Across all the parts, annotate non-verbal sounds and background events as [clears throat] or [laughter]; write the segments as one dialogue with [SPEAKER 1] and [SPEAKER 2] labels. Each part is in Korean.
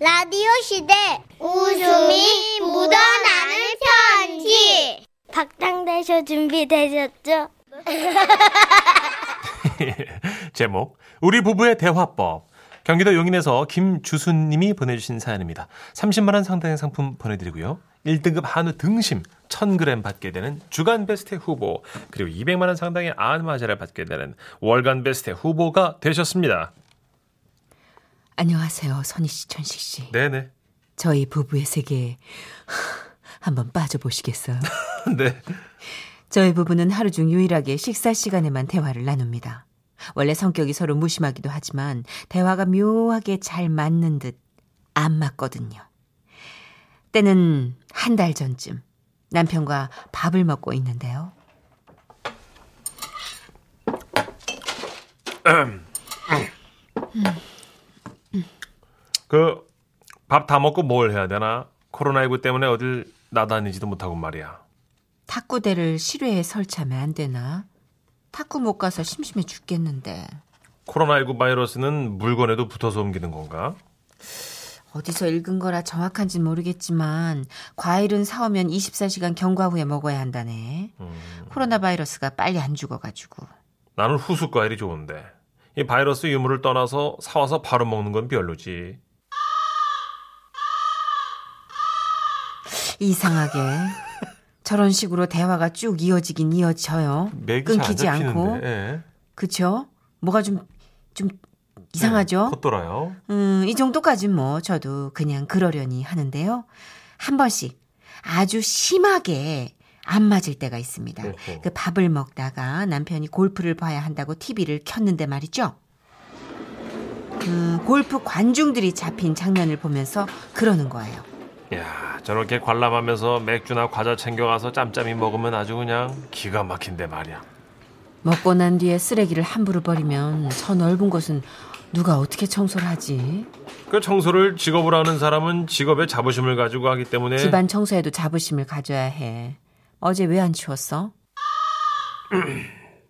[SPEAKER 1] 라디오 시대 웃음이 묻어나는 편지 박장대쇼 준비되셨죠?
[SPEAKER 2] 제목 우리 부부의 대화법 경기도 용인에서 김주순 님이 보내주신 사연입니다. 30만 원 상당의 상품 보내드리고요. 1등급 한우 등심 1000g 받게 되는 주간 베스트 후보 그리고 200만 원 상당의 안마자를 받게 되는 월간 베스트 후보가 되셨습니다.
[SPEAKER 3] 안녕하세요, 선희 씨, 천식 씨.
[SPEAKER 2] 네네. [laughs]
[SPEAKER 3] 저희 부부의 세계에 하, 한번 빠져보시겠어요?
[SPEAKER 2] 네.
[SPEAKER 3] 저희 부부는 하루 중 유일하게 식사 시간에만 대화를 나눕니다. 원래 성격이 서로 무심하기도 하지만 대화가 묘하게 잘 맞는 듯 안 맞거든요. 때는 한 달 전쯤 남편과 밥을 먹고 있는데요.
[SPEAKER 2] 그 밥 다 먹고 뭘 해야 되나? 코로나19 때문에 어딜 나다니지도 못하고 말이야.
[SPEAKER 3] 탁구대를 실외에 설치하면 안 되나? 탁구 못 가서 심심해 죽겠는데.
[SPEAKER 2] 코로나19 바이러스는 물건에도 붙어서 옮기는 건가?
[SPEAKER 3] 어디서 읽은 거라 정확한진 모르겠지만 과일은 사오면 24시간 경과 후에 먹어야 한다네.
[SPEAKER 2] 음.
[SPEAKER 3] 코로나 바이러스가 빨리 안 죽어가지고.
[SPEAKER 2] 나는 후숙 과일이 좋은데 이 바이러스 유무를 떠나서 사와서 바로 먹는 건 별로지. [laughs]
[SPEAKER 3] 이상하게 저런 식으로 대화가 쭉 이어지긴 이어져요.
[SPEAKER 2] 맥이 잘안
[SPEAKER 3] 끊기지
[SPEAKER 2] 잡히는데.
[SPEAKER 3] 않고.
[SPEAKER 2] 예.
[SPEAKER 3] 그쵸? 뭐가 좀 좀 이상하죠?
[SPEAKER 2] 예, 겉돌아요.
[SPEAKER 3] 음, 이 정도까진 뭐 저도 그냥 그러려니 하는데요. 한 번씩 아주 심하게 안 맞을 때가 있습니다.
[SPEAKER 2] 어허.
[SPEAKER 3] 그 밥을 먹다가 남편이 골프를 봐야 한다고 TV를 켰는데 말이죠. 음, 골프 관중들이 잡힌 장면을 보면서 그러는 거예요.
[SPEAKER 2] 야 저렇게 관람하면서 맥주나 과자 챙겨가서 짬짬이 먹으면 아주 그냥 기가 막힌데 말이야.
[SPEAKER 3] 먹고 난 뒤에 쓰레기를 함부로 버리면 저 넓은 곳은 누가 어떻게 청소를 하지?
[SPEAKER 2] 그 청소를 직업으로 하는 사람은 직업에 자부심을 가지고 하기 때문에
[SPEAKER 3] 집안 청소에도 자부심을 가져야 해. 어제 왜 안 치웠어? [clears throat]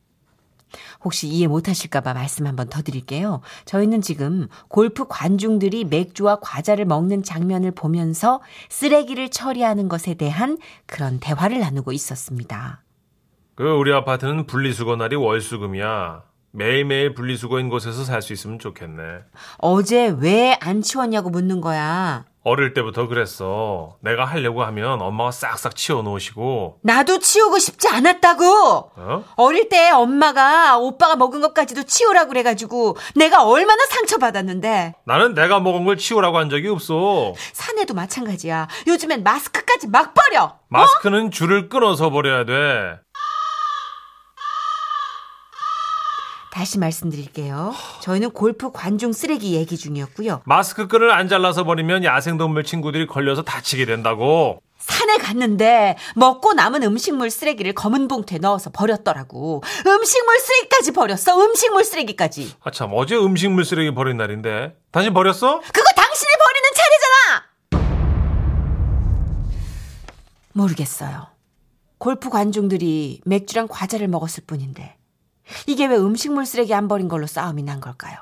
[SPEAKER 3] 혹시 이해 못하실까봐 말씀 한번 더 드릴게요. 저희는 지금 골프 관중들이 맥주와 과자를 먹는 장면을 보면서 쓰레기를 처리하는 것에 대한 그런 대화를 나누고 있었습니다.
[SPEAKER 2] 그 우리 아파트는 분리수거 날이 월수금이야. 매일매일 분리수거인 곳에서 살 수 있으면 좋겠네.
[SPEAKER 3] 어제 왜 안 치웠냐고 묻는 거야.
[SPEAKER 2] 어릴 때부터 그랬어. 내가 하려고 하면 엄마가 싹싹 치워 놓으시고
[SPEAKER 3] 나도 치우고 싶지 않았다고!
[SPEAKER 2] 어?
[SPEAKER 3] 어릴 때 엄마가 오빠가 먹은 것까지도 치우라고 그래가지고 내가 얼마나 상처받았는데
[SPEAKER 2] 나는 내가 먹은 걸 치우라고 한 적이 없어.
[SPEAKER 3] 사내도 마찬가지야 요즘엔 마스크까지 막 버려
[SPEAKER 2] 마스크는 줄을 끊어서 버려야 돼.
[SPEAKER 3] 다시 말씀드릴게요 저희는 골프 관중 쓰레기 얘기 중이었고요
[SPEAKER 2] 마스크 끈을 안 잘라서 버리면 야생동물 친구들이 걸려서 다치게 된다고.
[SPEAKER 3] 산에 갔는데 먹고 남은 음식물 쓰레기를 검은 봉투에 넣어서 버렸더라고 음식물 쓰레기까지 버렸어 음식물 쓰레기까지
[SPEAKER 2] 아 참, 어제 음식물 쓰레기 버린 날인데. 당신 버렸어?
[SPEAKER 3] 그거 당신이 버리는 차례잖아! 모르겠어요. 골프 관중들이 맥주랑 과자를 먹었을 뿐인데, 이게 왜 음식물 쓰레기 안 버린 걸로 싸움이 난 걸까요?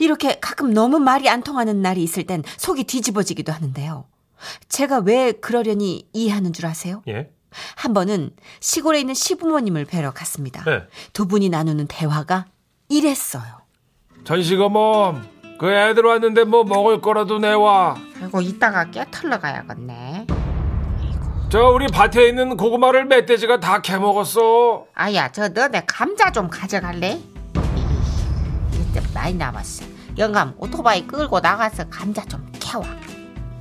[SPEAKER 3] 이렇게 가끔 너무 말이 안 통하는 날이 있을 땐 속이 뒤집어지기도 하는데요. 제가 왜 그러려니 이해하는 줄 아세요?
[SPEAKER 2] 예.
[SPEAKER 3] 한 번은 시골에 있는 시부모님을 뵈러 갔습니다.
[SPEAKER 2] 네.
[SPEAKER 3] 두 분이 나누는 대화가 이랬어요.
[SPEAKER 2] 전식 어머, 그 애들 왔는데 뭐 먹을 거라도 내와.
[SPEAKER 3] 그리고 이따가 깨털러 가야겠네.
[SPEAKER 2] 저 우리 밭에 있는 고구마를 멧돼지가 다 캐먹었어.
[SPEAKER 3] 아야, 저 너네 감자 좀 가져갈래? 이때 많이 남았어. 영감 오토바이 끌고 나가서 감자 좀 캐와.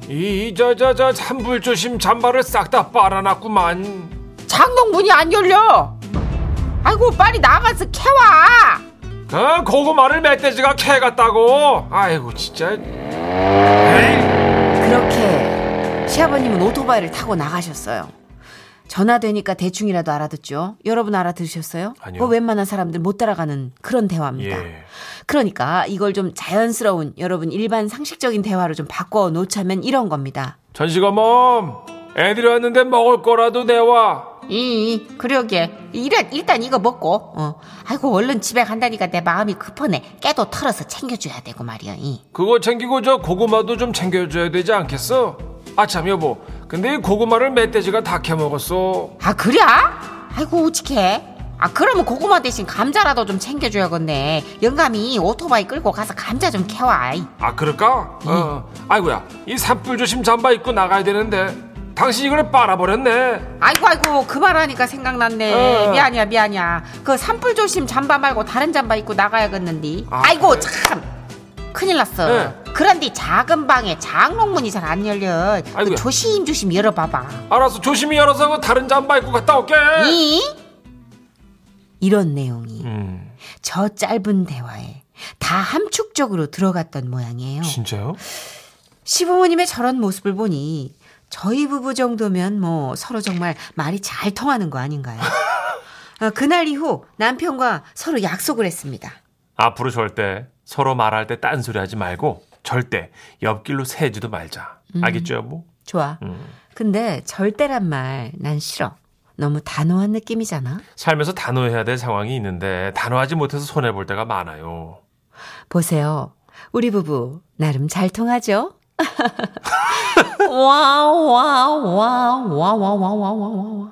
[SPEAKER 2] 이, 저, 저, 저, 산불 조심 잠바를 싹 다 빨아놨구만.
[SPEAKER 3] 장롱 문이 안 열려. 아이고 빨리 나가서 캐와.
[SPEAKER 2] 그 고구마를 멧돼지가 캐갔다고. 아이고, 진짜. 에이.
[SPEAKER 3] 그렇게 시아버님은 오토바이를 타고 나가셨어요. 전화되니까 대충이라도 알아듣죠. 여러분 알아들으셨어요?
[SPEAKER 2] 아니요.
[SPEAKER 3] 그거 웬만한 사람들 못 따라가는 그런 대화입니다.
[SPEAKER 2] 예.
[SPEAKER 3] 그러니까 이걸 좀 자연스러운 여러분 일반 상식적인 대화로 좀 바꿔 놓자면 이런 겁니다.
[SPEAKER 2] 전식 어멈 애들이 왔는데 먹을 거라도 내와.
[SPEAKER 3] 이, 이, 그러게. 일단, 일단 이거 먹고, 어. 아이고, 얼른 집에 간다니까 내 마음이 급하네. 깨도 털어서 챙겨줘야 되고 말이야, 이.
[SPEAKER 4] 그거 챙기고 저 고구마도 좀 챙겨줘야 되지 않겠어? 아참 여보 근데 이 고구마를 멧돼지가 다 캐먹었어
[SPEAKER 3] 아, 그래? 아이고, 우직해. 아, 그러면 고구마 대신 감자라도 좀 챙겨줘야겠네. 영감이 오토바이 끌고 가서 감자 좀 캐와. 이.
[SPEAKER 4] 아 그럴까? 어. 아이고야 이 산불 조심 잠바 입고 나가야 되는데 당신이 그걸 빨아버렸네
[SPEAKER 3] 아이고, 아이고, 그 말하니까 생각났네.
[SPEAKER 4] 어.
[SPEAKER 3] 미안이야, 미안이야. 그 산불 조심 잠바 말고 다른 잠바 입고 나가야겠는데.
[SPEAKER 4] 아,
[SPEAKER 3] 아, 이고
[SPEAKER 4] 그래?
[SPEAKER 3] 참. 큰일 났어.
[SPEAKER 4] 네.
[SPEAKER 3] 그런데 작은 방에 장롱문이 잘 안 열려. 그
[SPEAKER 4] 아이고야.
[SPEAKER 3] 조심조심 열어봐봐.
[SPEAKER 4] 알았어 조심히 열어서 그 다른 잠바 입고 갔다 올게
[SPEAKER 3] 이? 이런 내용이
[SPEAKER 2] 음,
[SPEAKER 3] 저 짧은 대화에 다 함축적으로 들어갔던 모양이에요.
[SPEAKER 2] 진짜요?
[SPEAKER 3] 시부모님의 저런 모습을 보니 저희 부부 정도면 뭐 서로 정말 말이 잘 통하는 거 [laughs] 아닌가요? 아, 그날 이후 남편과 서로 약속을 했습니다.
[SPEAKER 2] 앞으로 절대 서로 말할 때 딴소리 하지 말고 절대 옆길로 새지도 말자. 알겠죠, 여보?
[SPEAKER 3] 좋아.
[SPEAKER 2] 음.
[SPEAKER 3] 근데 절대란 말 난 싫어. 너무 단호한 느낌이잖아.
[SPEAKER 2] 살면서 단호해야 될 상황이 있는데 단호하지 못해서 손해 볼 때가 많아요.
[SPEAKER 3] 보세요. 우리 부부 나름 잘 통하죠? [laughs] 와와와와와와와와와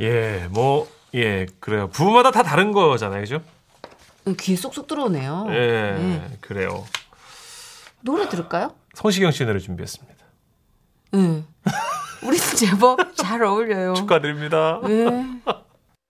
[SPEAKER 2] 예, 뭐 예, 그래요. 부부마다 다 다른 거잖아요, 그죠?
[SPEAKER 3] 음, 귀에 쏙쏙 들어오네요.
[SPEAKER 2] 예, 그래요.
[SPEAKER 3] 노래 들을까요?
[SPEAKER 2] 성시경 씨 노래 준비했습니다.
[SPEAKER 3] 예. 응. 우리 제법 잘 어울려요. [laughs]
[SPEAKER 2] 축하드립니다.
[SPEAKER 3] 예.